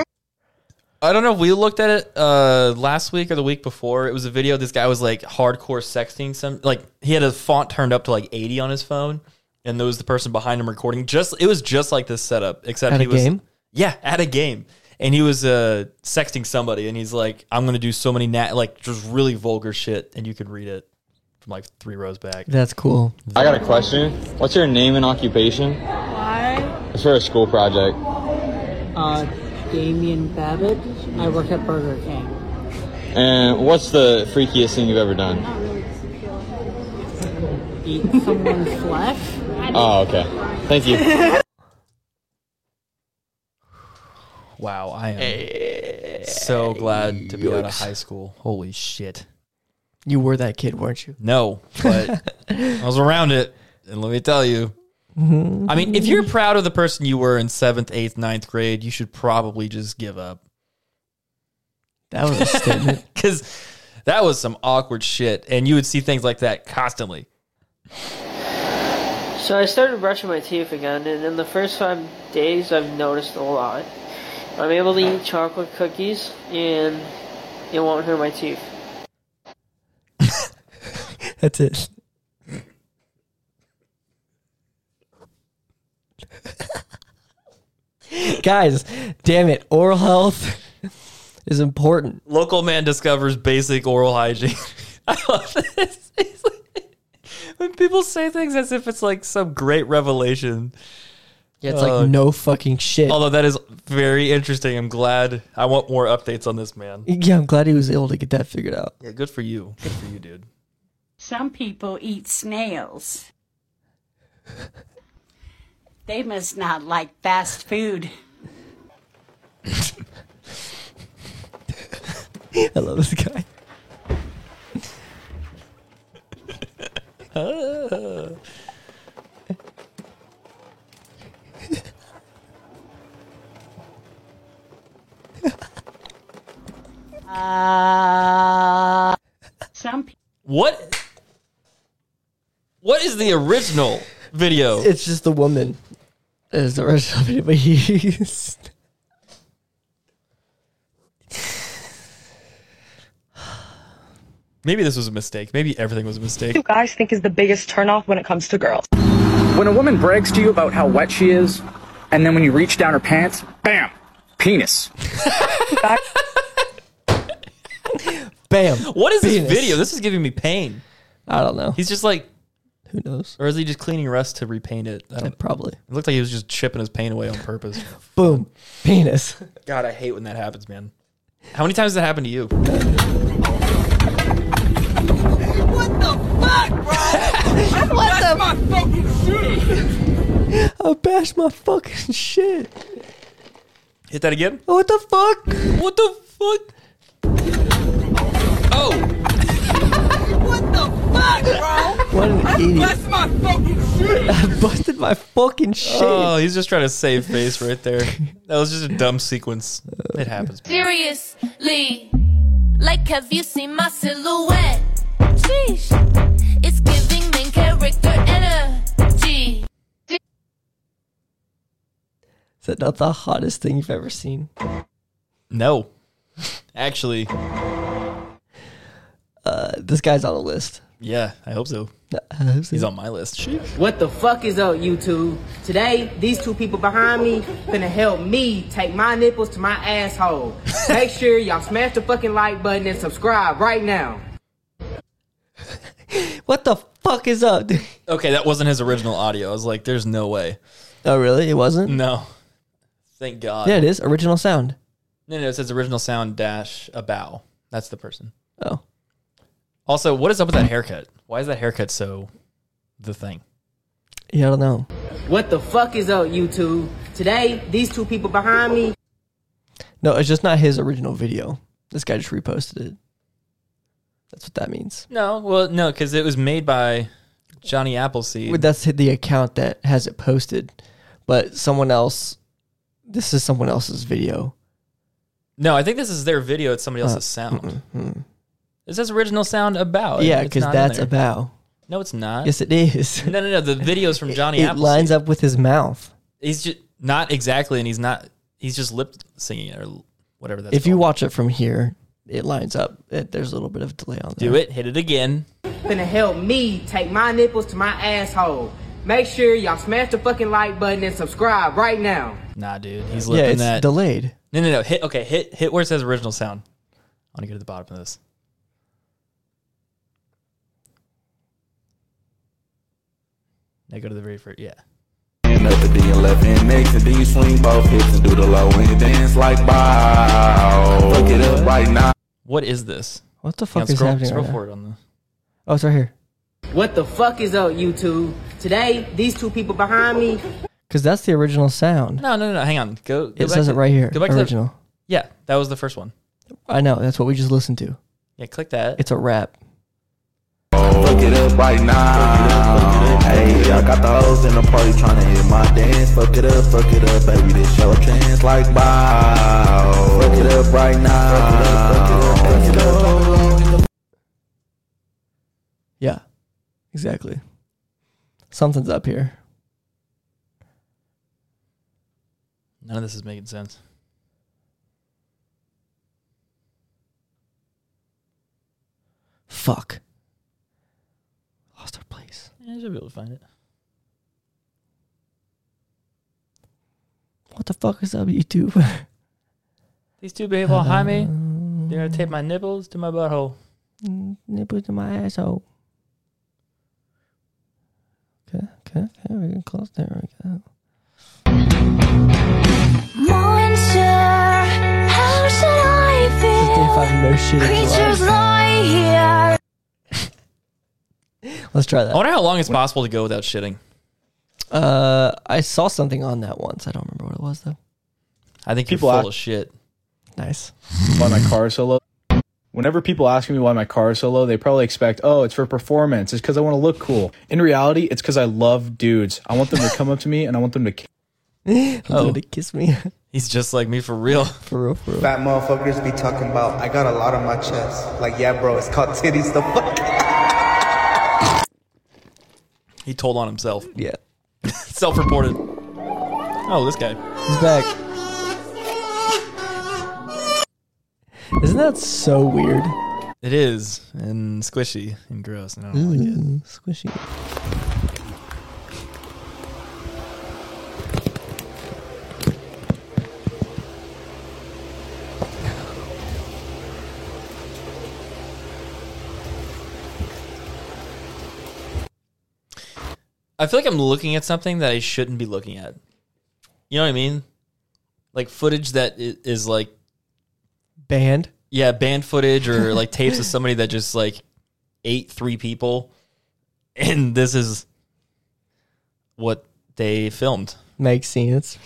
Speaker 2: I don't know if we looked at it uh, last week or the week before. It was a video. This guy was like hardcore sexting some. Like he had a font turned up to like eighty on his phone, and there was the person behind him recording. Just it was just like this setup, except
Speaker 1: At
Speaker 2: he
Speaker 1: a
Speaker 2: was
Speaker 1: game?
Speaker 2: yeah at a game, and he was uh, sexting somebody, and he's like, "I'm gonna do so many nat like just really vulgar shit," and you could read it from like three rows back.
Speaker 1: That's cool.
Speaker 10: I got a question. What's your name and occupation?
Speaker 6: Hi,
Speaker 10: It's for a school project.
Speaker 6: uh, Damien Babbitt. I work at Burger King.
Speaker 10: And what's the freakiest thing you've ever done?
Speaker 6: Eat someone's flesh?
Speaker 10: Oh, okay. Thank you.
Speaker 2: Wow, I am so glad to be out of high school. Holy shit.
Speaker 1: You were that kid, weren't you?
Speaker 2: No, but I was around it, and let me tell you.
Speaker 1: Mhm.
Speaker 2: I mean, if you're proud of the person you were in seventh, eighth, ninth grade, you should probably just give up.
Speaker 1: That was a statement.
Speaker 2: Because that was some awkward shit, and you would see things like that constantly.
Speaker 6: So I started brushing my teeth again, and in the first five days, I've noticed a lot. I'm able to eat chocolate cookies, and it won't hurt my teeth.
Speaker 1: That's it. Guys, damn it. Oral health is important.
Speaker 2: Local man discovers basic oral hygiene. I love this. It's like- when people say things as if it's like some great revelation.
Speaker 1: Yeah, it's like Uh, no fucking shit.
Speaker 2: Although that is very interesting. I'm glad. I want more updates on this man.
Speaker 1: yeah, I'm glad he was able to get that figured out.
Speaker 2: Yeah, good for you. Good for you, dude.
Speaker 21: Some people eat snails. They must not like fast food.
Speaker 1: I love this guy.
Speaker 21: Uh, some people.
Speaker 2: What? What is the original video?
Speaker 1: It's just the woman. Is the rest of it, but he's
Speaker 2: Maybe this was a mistake. Maybe everything was a mistake.
Speaker 7: you guys think is the biggest turnoff when it comes to girls?
Speaker 19: When a woman brags to you about how wet she is, and then when you reach down her pants, bam, penis.
Speaker 1: Bam.
Speaker 2: What is
Speaker 1: Penis.
Speaker 2: this video? This is giving me pain.
Speaker 1: I don't know.
Speaker 2: He's just like
Speaker 1: Who knows?
Speaker 2: Or is he just cleaning rust to repaint it? I don't,
Speaker 1: probably.
Speaker 2: It looked like he was just chipping his paint away on purpose.
Speaker 1: Boom. Penis.
Speaker 2: God, I hate when that happens, man. How many times has that happened to you?
Speaker 15: What the fuck, bro? what That's my fucking shit.
Speaker 1: I bashed my fucking shit.
Speaker 2: Hit that again?
Speaker 1: What the fuck?
Speaker 2: What the fuck?
Speaker 15: What the fuck, bro?
Speaker 1: What an idiot.
Speaker 15: That's my fucking shit.
Speaker 1: I busted my fucking shit.
Speaker 2: Oh, he's just trying to save face right there. That was just a dumb sequence. It happens.
Speaker 4: Seriously, like have you seen my silhouette? Sheesh, it's giving main character energy.
Speaker 1: Is that not the hottest thing you've ever seen?
Speaker 2: No. Actually,
Speaker 1: Uh, this guy's on the list. Uh,
Speaker 2: yeah, I hope so. He's on my list. Shit.
Speaker 7: What the fuck is up, YouTube? Today, these two people behind me finna help me take my nipples to my asshole. Make sure y'all smash the fucking like button and subscribe right now.
Speaker 1: What the fuck is up? dude?
Speaker 2: Okay, that wasn't his original audio. I was like, there's no way.
Speaker 1: oh, really? It wasn't?
Speaker 2: No. Thank God.
Speaker 1: Yeah, it is. Original sound.
Speaker 2: No, no, it says original sound dash a bow. That's the person.
Speaker 1: Oh.
Speaker 2: Also, what is up with that haircut? Why is that haircut so the thing?
Speaker 1: Yeah, I don't know.
Speaker 7: What the fuck is up, YouTube? Today, these two people behind me
Speaker 1: No, it's just not his original video. This guy just reposted it. That's what that means.
Speaker 2: No, well, no, because it was made by Johnny Appleseed.
Speaker 1: Well, That's the account that has it posted, but someone else. This is someone else's video.
Speaker 2: no, I think this is their video. It's somebody else's
Speaker 1: Uh,
Speaker 2: sound.
Speaker 1: mm.
Speaker 2: It says original sound about.
Speaker 1: yeah, because that's a bow.
Speaker 2: No, it's not.
Speaker 1: Yes, it is.
Speaker 2: No, no, no. The video's from Johnny
Speaker 1: it
Speaker 2: Appleseed.
Speaker 1: lines up with his mouth.
Speaker 2: He's just not exactly, and he's not. He's just lip singing it or whatever that's.
Speaker 1: if you watch it from here, it lines up. It, there's a little bit of delay on there.
Speaker 2: Do it. Hit it again.
Speaker 7: finna help me take my nipples to my asshole. Make sure y'all smash the fucking like button and subscribe right now.
Speaker 2: Nah, dude. He's
Speaker 1: yeah,
Speaker 2: lifting
Speaker 1: it's
Speaker 2: that.
Speaker 1: delayed.
Speaker 2: no, no, no. Hit. Okay, hit. Hit where it says original sound. I want to get to the bottom of this. Now go to the very first. Yeah.
Speaker 9: Up the D and left hand next, and then you swing both hips and do the low and dance like bow.
Speaker 5: Oh.
Speaker 9: Fuck it up right now.
Speaker 2: What is this?
Speaker 1: What the
Speaker 2: Hang
Speaker 1: fuck
Speaker 2: on,
Speaker 1: is
Speaker 2: scroll,
Speaker 1: happening
Speaker 2: Scroll
Speaker 1: right now?
Speaker 2: forward on the.
Speaker 1: Oh, it's right here.
Speaker 7: What the fuck is up, YouTube? Today, these two people behind me
Speaker 1: Because that's the original sound.
Speaker 2: No, no, no, no. Hang on. Go. go
Speaker 1: It
Speaker 2: back
Speaker 1: says
Speaker 2: to-
Speaker 1: it right here,
Speaker 2: Go back To
Speaker 1: original.
Speaker 2: the, yeah, that was the first one.
Speaker 1: I know. That's what we just listened to.
Speaker 2: Yeah, click that.
Speaker 1: It's a rap.
Speaker 9: Fuck it up right now. Hey, I got the hoes in the party tryna hit my dance. Fuck it up, fuck it up, baby. This your chance like bow. Fuck it up right now. Fuck it up, fuck it up.
Speaker 1: Yeah, exactly. Something's up here.
Speaker 2: None of this is making sense.
Speaker 1: Fuck. Lost our place.
Speaker 2: I should be able to find it.
Speaker 1: What the fuck is up, YouTube?
Speaker 2: These two behave all high me. They're gonna tape my nipples to my butthole.
Speaker 1: Nipple to my asshole. Okay, okay, okay. We're getting close. There we go.
Speaker 15: Monster, how should I feel?
Speaker 1: No shit.
Speaker 15: Creatures lie here.
Speaker 1: Let's try that.
Speaker 2: I wonder how long it's possible to go without shitting.
Speaker 1: Uh, I saw something on that once. I don't remember what it was though.
Speaker 2: I think
Speaker 10: People
Speaker 2: you're full
Speaker 10: act-
Speaker 2: of shit.
Speaker 1: Nice.
Speaker 10: why my car is so low. Whenever people ask me why my car is so low, they probably expect, oh, it's for performance. It's because I want to look cool. In reality, it's because I love dudes. I want them to come up to me and I want them to kiss.
Speaker 1: Oh, to kiss me.
Speaker 2: He's just like me for real.
Speaker 1: For real, for real.
Speaker 22: Fat motherfuckers be talking about, I got a lot on my chest. Like, yeah, bro, it's called titties the fuck.
Speaker 2: He told on himself.
Speaker 1: Yeah.
Speaker 2: Self-reported. Oh, this guy.
Speaker 1: He's back. Isn't that so weird?
Speaker 2: It is and squishy and gross, and I don't like it.
Speaker 1: Ooh, Squishy.
Speaker 2: I feel like I'm looking at something that I shouldn't be looking at. You know what I mean? Like footage that i- is like
Speaker 1: Band.
Speaker 2: yeah, band footage or like tapes of somebody that just like ate three people, and this is what they filmed.
Speaker 1: Makes sense.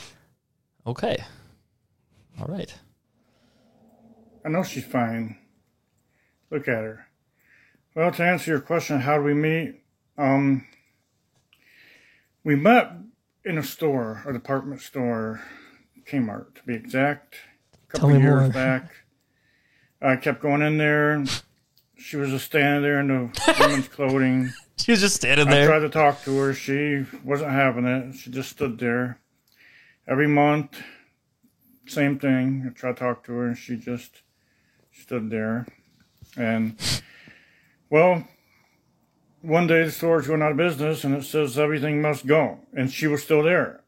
Speaker 2: Okay, all right.
Speaker 8: I know she's fine. Look at her. Well, to answer your question, how do we meet? Um, we met in a store, a department store, Kmart to be exact. A couple
Speaker 1: Tell me
Speaker 8: years
Speaker 1: more.
Speaker 8: back, I kept going in there. She was just standing there in the women's clothing.
Speaker 2: She was just standing
Speaker 8: I
Speaker 2: there.
Speaker 8: tried to talk to her. She wasn't having it. She just stood there. Every month, same thing. I tried to talk to her, and she just stood there. And well, one day the store's going out of business, and it says everything must go, and she was still there,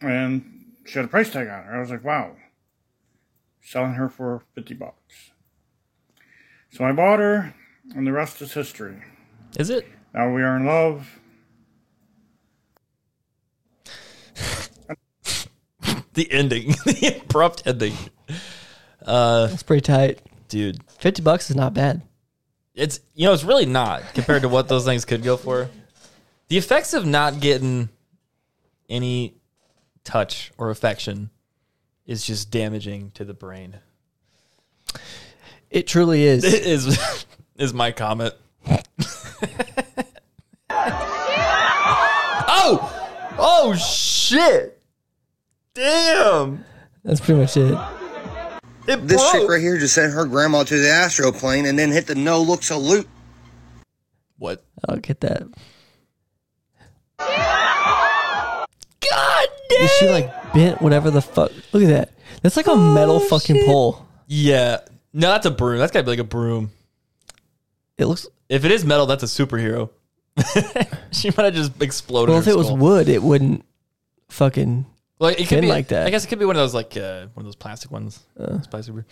Speaker 8: and she had a price tag on her. I was like, wow, selling her for fifty bucks. So I bought her, and the rest is history.
Speaker 2: Is it?
Speaker 8: Now we are in love.
Speaker 2: The ending, the abrupt ending. Uh,
Speaker 1: That's pretty tight,
Speaker 2: dude.
Speaker 1: Fifty bucks is not bad.
Speaker 2: It's you know it's really not compared to what those things could go for. The effects of not getting any touch or affection is just damaging to the brain.
Speaker 1: It truly is.
Speaker 2: is is my comment. oh, oh shit! Damn.
Speaker 1: That's pretty much it.
Speaker 23: this chick right here just sent her grandma to the astroplane and then hit the no look salute.
Speaker 2: What?
Speaker 1: I'll get that.
Speaker 2: God
Speaker 1: damn! She like bent whatever the fuck. Look at that. That's like a metal fucking pole.
Speaker 2: Yeah. No, that's a broom. That's gotta be like a broom.
Speaker 1: It looks.
Speaker 2: If it is metal, that's a superhero. she might have just exploded.
Speaker 1: well,
Speaker 2: her
Speaker 1: if it was
Speaker 2: skull.
Speaker 1: wood, it wouldn't fucking
Speaker 2: like it could
Speaker 1: bend
Speaker 2: be
Speaker 1: like that. Uh.
Speaker 2: I guess it could be one of those like uh, one of those plastic ones. It's plastic broom.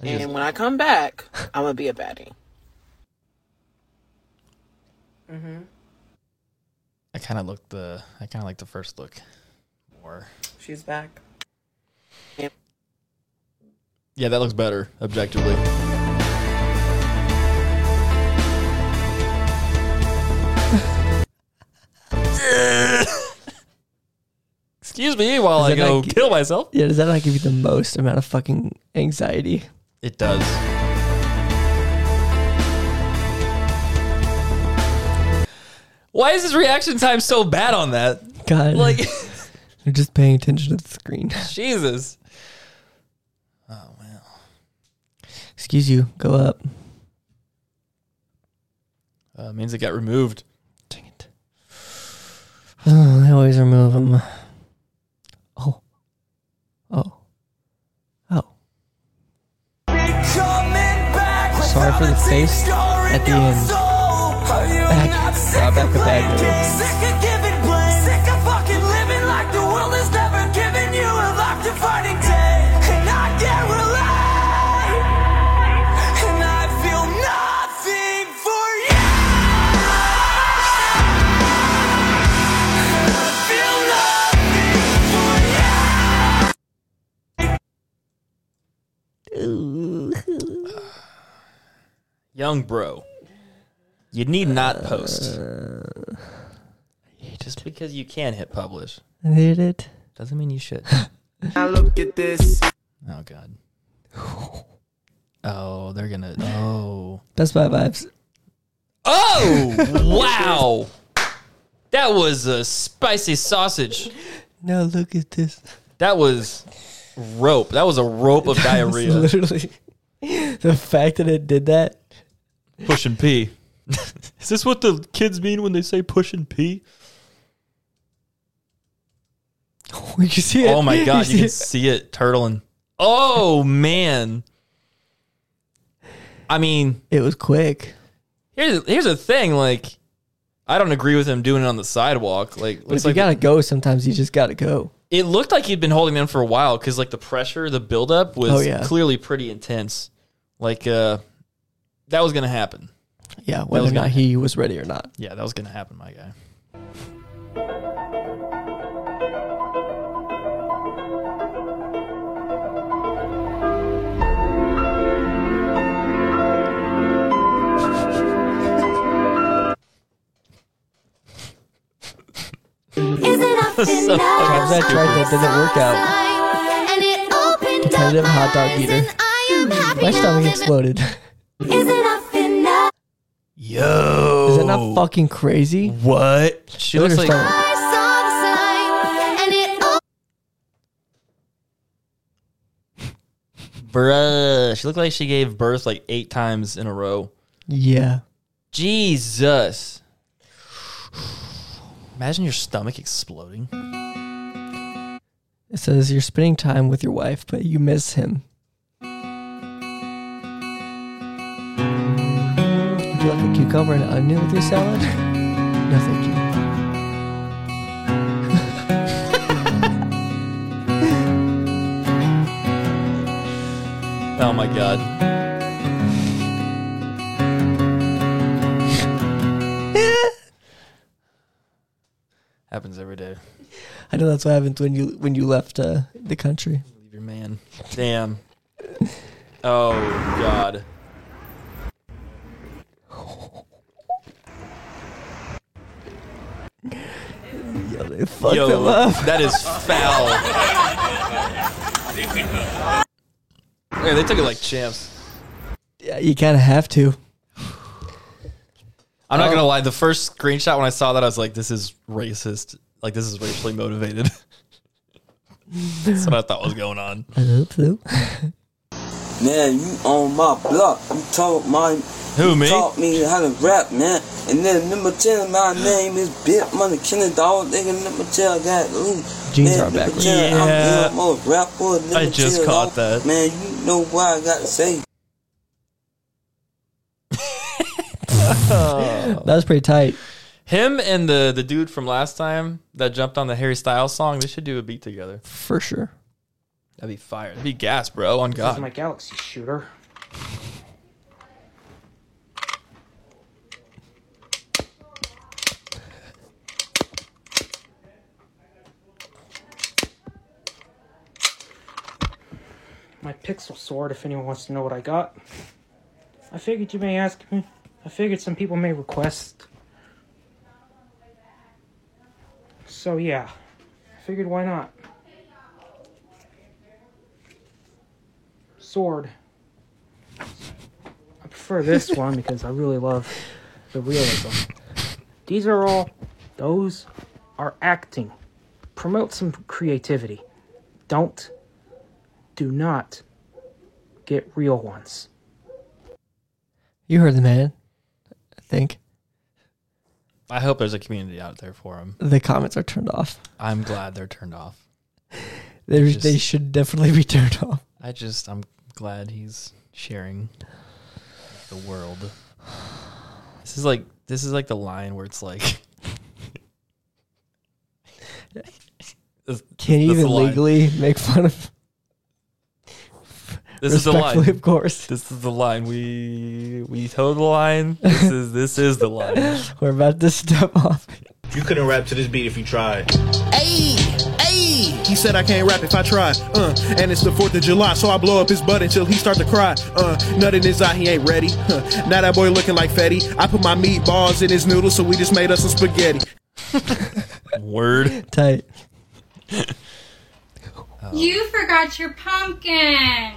Speaker 2: I just-
Speaker 6: And when I come back, I'm gonna be a baddie. Mm-hmm.
Speaker 2: I kind of looked the. I kind of like the first look more.
Speaker 6: She's back.
Speaker 2: Yeah, that looks better objectively. Excuse me while
Speaker 1: Does
Speaker 2: I
Speaker 1: that
Speaker 2: go
Speaker 1: not gi-
Speaker 2: kill myself.
Speaker 1: Yeah, does that not give you the most amount of fucking anxiety?
Speaker 2: It does. Why is his reaction time so bad on that?
Speaker 1: God,
Speaker 2: Like
Speaker 1: you're just paying attention to the screen.
Speaker 2: Jesus.
Speaker 1: Excuse you, go up.
Speaker 2: Uh, means it got removed.
Speaker 1: Oh, they always remove them. Oh, oh, oh. Sorry for the face at the end. Back, uh, back the bag.
Speaker 13: Sick of giving blame, sick of fucking living like the world has never given you a life defining day. And I can't relate, and I feel nothing for you. I feel nothing for you.
Speaker 2: Young bro, you need not post. Just because you can hit publish
Speaker 1: I hate it.
Speaker 2: doesn't mean you should.
Speaker 13: Now look at this.
Speaker 2: Oh god. Oh, they're gonna. Oh.
Speaker 1: Best Buy vibes.
Speaker 2: Oh wow, that was a spicy sausage.
Speaker 1: Now look at this.
Speaker 2: That was rope. That was a rope of diarrhea.
Speaker 1: Literally, the fact that it did that.
Speaker 2: Push and pee. Is this what the kids mean when they say push and pee?
Speaker 1: you can see it.
Speaker 2: Oh my god, you
Speaker 1: see
Speaker 2: can
Speaker 1: it.
Speaker 2: see it turtling. Oh man. I mean,
Speaker 1: it was quick.
Speaker 2: Here's here's the thing. Like, I don't agree with him doing it on the sidewalk. Like,
Speaker 1: But if
Speaker 2: looks
Speaker 1: you
Speaker 2: like
Speaker 1: gotta go, sometimes you just gotta go.
Speaker 2: it looked like he'd been holding them for a while because like the pressure, the buildup was
Speaker 1: Oh, yeah.
Speaker 2: clearly pretty intense. Like, uh, that was gonna happen.
Speaker 1: Yeah,
Speaker 2: That
Speaker 1: whether or
Speaker 2: was
Speaker 1: not
Speaker 2: gonna-
Speaker 1: he was ready or not.
Speaker 2: Yeah, that was gonna happen, my guy.
Speaker 1: so Times I tried that didn't work out.
Speaker 4: And it opened
Speaker 1: Competitive hot dog eater. My stomach exploded. Yo. Is that not fucking crazy? What?
Speaker 2: Oh. She looks like-
Speaker 4: and it opened
Speaker 2: Bruh. She looked like she gave birth like eight times in a row.
Speaker 1: Yeah.
Speaker 2: Jesus. Imagine your stomach exploding.
Speaker 1: It says you're spending time with your wife, but you miss him. Would you like a cucumber and onion with your salad? no, thank you.
Speaker 2: Oh my god. Happens every day.
Speaker 1: I know that's what happened when you when you left uh, the country.
Speaker 2: Leave your man. Damn. Oh god.
Speaker 1: Yo, they fucked
Speaker 2: Yo,
Speaker 1: him up.
Speaker 2: that is foul. Man, they took it like champs.
Speaker 1: Yeah, you kind of have to.
Speaker 2: I'm not gonna lie. The first screenshot when I saw that, I was like, "This is racist. Like this is racially motivated." That's what I thought was going on.
Speaker 1: I hope so.
Speaker 12: Man, you on my block. You taught my
Speaker 2: Who,
Speaker 12: you
Speaker 2: me?
Speaker 12: Taught me how to rap, man. And then number ten, my name is Bit Money Killing Dog. Nigga, number ten, got lean.
Speaker 2: Jeans
Speaker 12: man,
Speaker 2: are
Speaker 12: number
Speaker 2: backwards.
Speaker 12: 10,
Speaker 2: Yeah.
Speaker 12: I'm a rapper. Number
Speaker 2: I just
Speaker 12: 10,
Speaker 2: caught
Speaker 12: dawg.
Speaker 2: that.
Speaker 12: Man, you know why I got to say.
Speaker 1: that was pretty tight.
Speaker 2: Him and the the dude from last time that jumped on the Harry Styles song, they should do a beat together.
Speaker 1: For sure.
Speaker 2: That'd be fire. That'd be gas, bro. On
Speaker 8: This is
Speaker 2: God.
Speaker 8: my galaxy shooter. My pixel sword, if anyone wants to know what I got. I figured you may ask me. I figured some people may request. So, yeah. I figured why not? Sword. I prefer this one because I really love the realism. These are all. Those are acting. Promote some creativity. Don't. Do not get real ones.
Speaker 1: You heard the man. I think
Speaker 2: I hope there's a community out there for him.
Speaker 1: the comments are turned off.
Speaker 2: I'm glad they're turned off.
Speaker 1: They
Speaker 2: Just-
Speaker 1: they should definitely be turned off.
Speaker 2: I just I'm glad he's sharing the world. This is like this is like the line where it's like This-
Speaker 1: Can you
Speaker 2: this is
Speaker 1: even
Speaker 2: the line.
Speaker 1: legally make fun of?
Speaker 2: This is the line.
Speaker 1: Respectfully, of course.
Speaker 2: This is the line. We we toe the line. This is this is the line.
Speaker 1: We're about to step off.
Speaker 13: You couldn't rap to this beat if you tried.
Speaker 14: Hey, hey.
Speaker 13: He said I can't rap if I try, uh, and it's the 4th of July, so I blow up his butt until he start to cry, uh, nut in his eye, he ain't ready, huh. now that boy looking like Fetty, I put my meatballs in his noodles, so we just made us some spaghetti.
Speaker 2: Word.
Speaker 1: Tight.
Speaker 16: You forgot your pumpkin.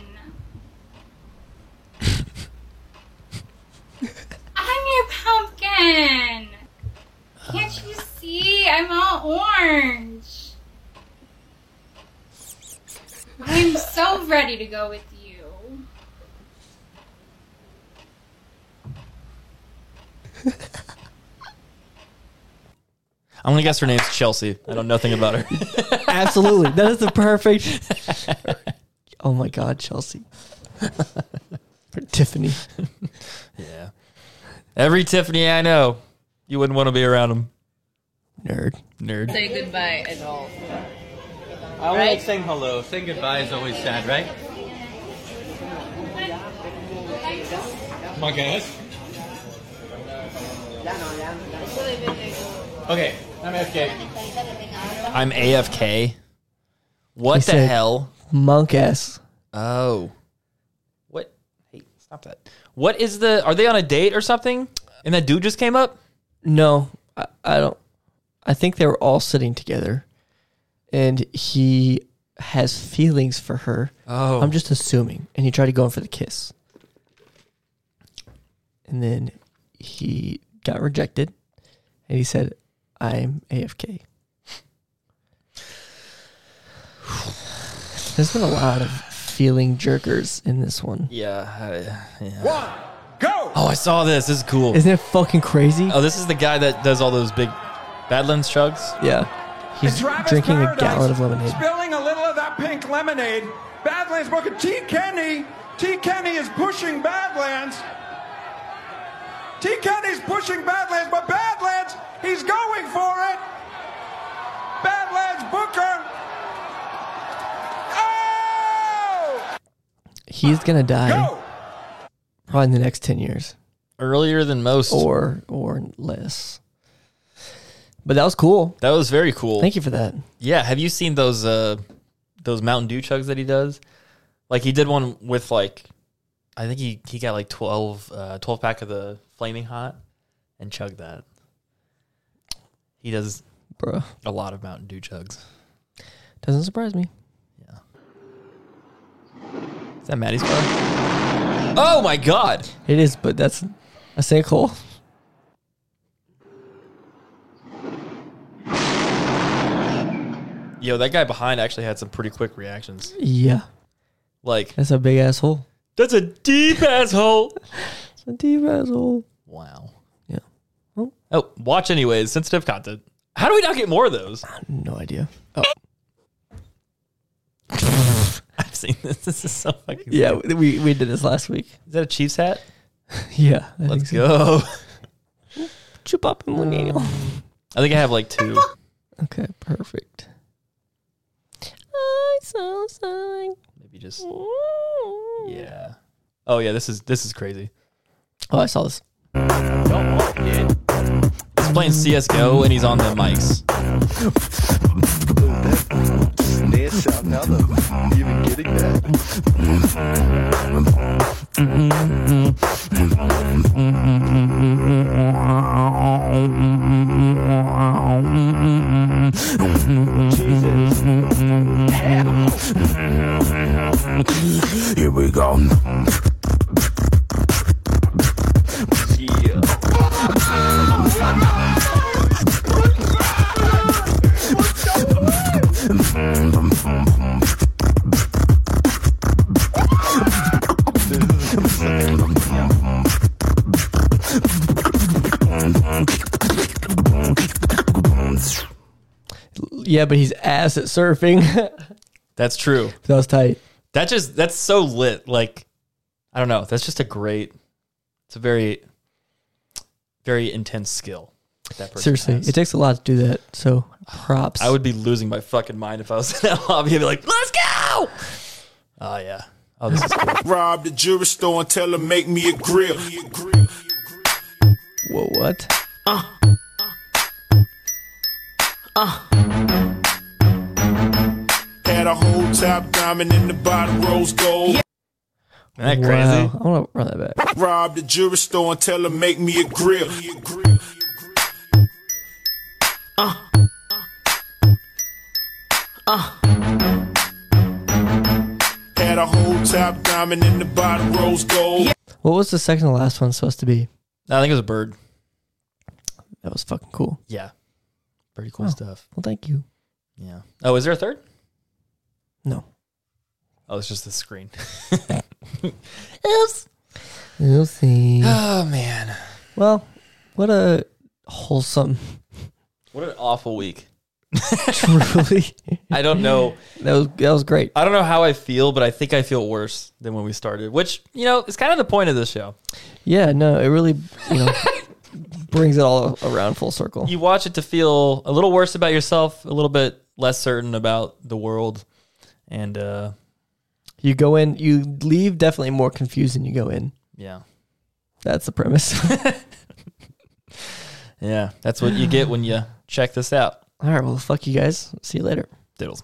Speaker 16: I'm your pumpkin. Can't you see? I'm all orange. I'm so ready to go with you.
Speaker 2: I'm gonna guess her name's Chelsea. I know nothing about her.
Speaker 1: Absolutely, that is the perfect. oh my God, Chelsea. Or Tiffany.
Speaker 2: yeah. Every Tiffany I know, you wouldn't want to be around him.
Speaker 1: Nerd.
Speaker 2: Nerd.
Speaker 17: Say goodbye, adult.
Speaker 24: I won't sing hello. Saying goodbye is always sad, right? My guess. Okay, I'm FK.
Speaker 2: I'm AFK. What
Speaker 1: He
Speaker 2: the
Speaker 1: said,
Speaker 2: hell?
Speaker 1: Monk ass.
Speaker 2: Oh. What? Hey, stop that. What is the? Are they on a date or something? And that dude just came up.
Speaker 1: No, I, I don't. I think they were all sitting together. and he has feelings for her.
Speaker 2: Oh.
Speaker 1: I'm just assuming. And he tried to go in for the kiss. And then he got rejected. And he said, I'm AFK. There's been a lot of feeling jerkers in this one.
Speaker 2: Yeah. I, yeah. One, go. Oh, I saw this. This is cool.
Speaker 1: Isn't it fucking crazy?
Speaker 2: Oh, this is the guy that does all those big Badlands chugs.
Speaker 1: Yeah. He's
Speaker 8: It's Travis
Speaker 1: drinking a
Speaker 8: Paradise
Speaker 1: gallon of lemonade.
Speaker 8: Spilling a little of that pink lemonade. Badlands Booker. T. Kenny. T. Kenny is pushing Badlands. T. Kenny's pushing Badlands, but Badlands, he's going for it. Badlands Booker. Oh!
Speaker 1: He's gonna die probably in the next ten years.
Speaker 2: Earlier than most.
Speaker 1: Or or less. But that was cool.
Speaker 2: That was very cool.
Speaker 1: Thank you for that.
Speaker 2: Yeah, have you seen those uh those Mountain Dew chugs that he does? Like he did one with like I think he he got like 12 uh 12 pack of the Flaming Hot and chugged that. He does
Speaker 1: bro
Speaker 2: a lot of Mountain Dew chugs.
Speaker 1: Doesn't surprise me.
Speaker 2: Is that Maddie's car? Oh my god.
Speaker 1: It is, but that's a sinkhole.
Speaker 2: Yo, that guy behind actually had some pretty quick reactions.
Speaker 1: Yeah.
Speaker 2: Like
Speaker 1: That's a big asshole.
Speaker 2: that's a deep asshole.
Speaker 1: It's a deep asshole.
Speaker 2: Wow.
Speaker 1: Yeah.
Speaker 2: Oh. watch anyways, sensitive content. How do we not get more of those?
Speaker 1: No idea. Oh.
Speaker 2: I've seen this. This is so fucking
Speaker 1: Yeah,
Speaker 2: sick.
Speaker 1: we we did this last week.
Speaker 2: Is that a Chiefs hat?
Speaker 1: Yeah. I
Speaker 2: Let's
Speaker 1: think
Speaker 2: go.
Speaker 1: so. Chup up and millennial.
Speaker 2: I think I have like two.
Speaker 1: Okay, perfect.
Speaker 25: I'm so sorry.
Speaker 2: Maybe just yeah. Oh yeah, this is this is crazy.
Speaker 1: Oh, I saw this.
Speaker 2: He's playing CS:GO and he's on the mics.
Speaker 26: This another. Even getting that.
Speaker 25: Here we go.
Speaker 1: Yeah, but he's ass at surfing.
Speaker 2: That's true.
Speaker 1: that was tight.
Speaker 2: That just that's so lit. Like I don't know. That's just a great. It's a very, very intense skill. That person
Speaker 1: Seriously,
Speaker 2: has.
Speaker 1: it takes a lot to do that. So props.
Speaker 2: I would be losing my fucking mind if I was in that lobby and be like, "Let's go!" Oh yeah. Oh, this is cool.
Speaker 13: Rob the jewelry store and tell him make me a grill.
Speaker 1: Whoa, what?
Speaker 13: Had a whole top diamond in the bottom rose gold.
Speaker 2: Isn't that
Speaker 1: Wow.
Speaker 2: crazy?
Speaker 1: I want to run that back.
Speaker 13: Rob the jewelry store and tell him make me a grill. Had a whole top diamond in the bottom rose gold.
Speaker 1: What was the second to last one supposed to be?
Speaker 2: I think it was a bird.
Speaker 1: That was fucking cool.
Speaker 2: Yeah. Pretty cool
Speaker 1: Oh,
Speaker 2: stuff.
Speaker 1: Well, thank you.
Speaker 2: Yeah. Oh, is there a third?
Speaker 1: No.
Speaker 2: Oh, it's just the screen.
Speaker 1: Oops. We'll see.
Speaker 2: Oh man.
Speaker 1: Well, what a wholesome,
Speaker 2: What an awful week.
Speaker 1: truly.
Speaker 2: I don't know.
Speaker 1: That was that was great.
Speaker 2: I don't know how I feel, but I think I feel worse than when we started, which, you know, is kind of the point of this show.
Speaker 1: Yeah, no, it really you know brings it all around full circle.
Speaker 2: You watch it to feel a little worse about yourself, a little bit less certain about the world. And uh
Speaker 1: You go in, you leave definitely more confused than you go in.
Speaker 2: yeah.
Speaker 1: That's the premise.
Speaker 2: Yeah, that's what you get when you check this out.
Speaker 1: all right, well, fuck you guys. See you later.
Speaker 2: Diddles.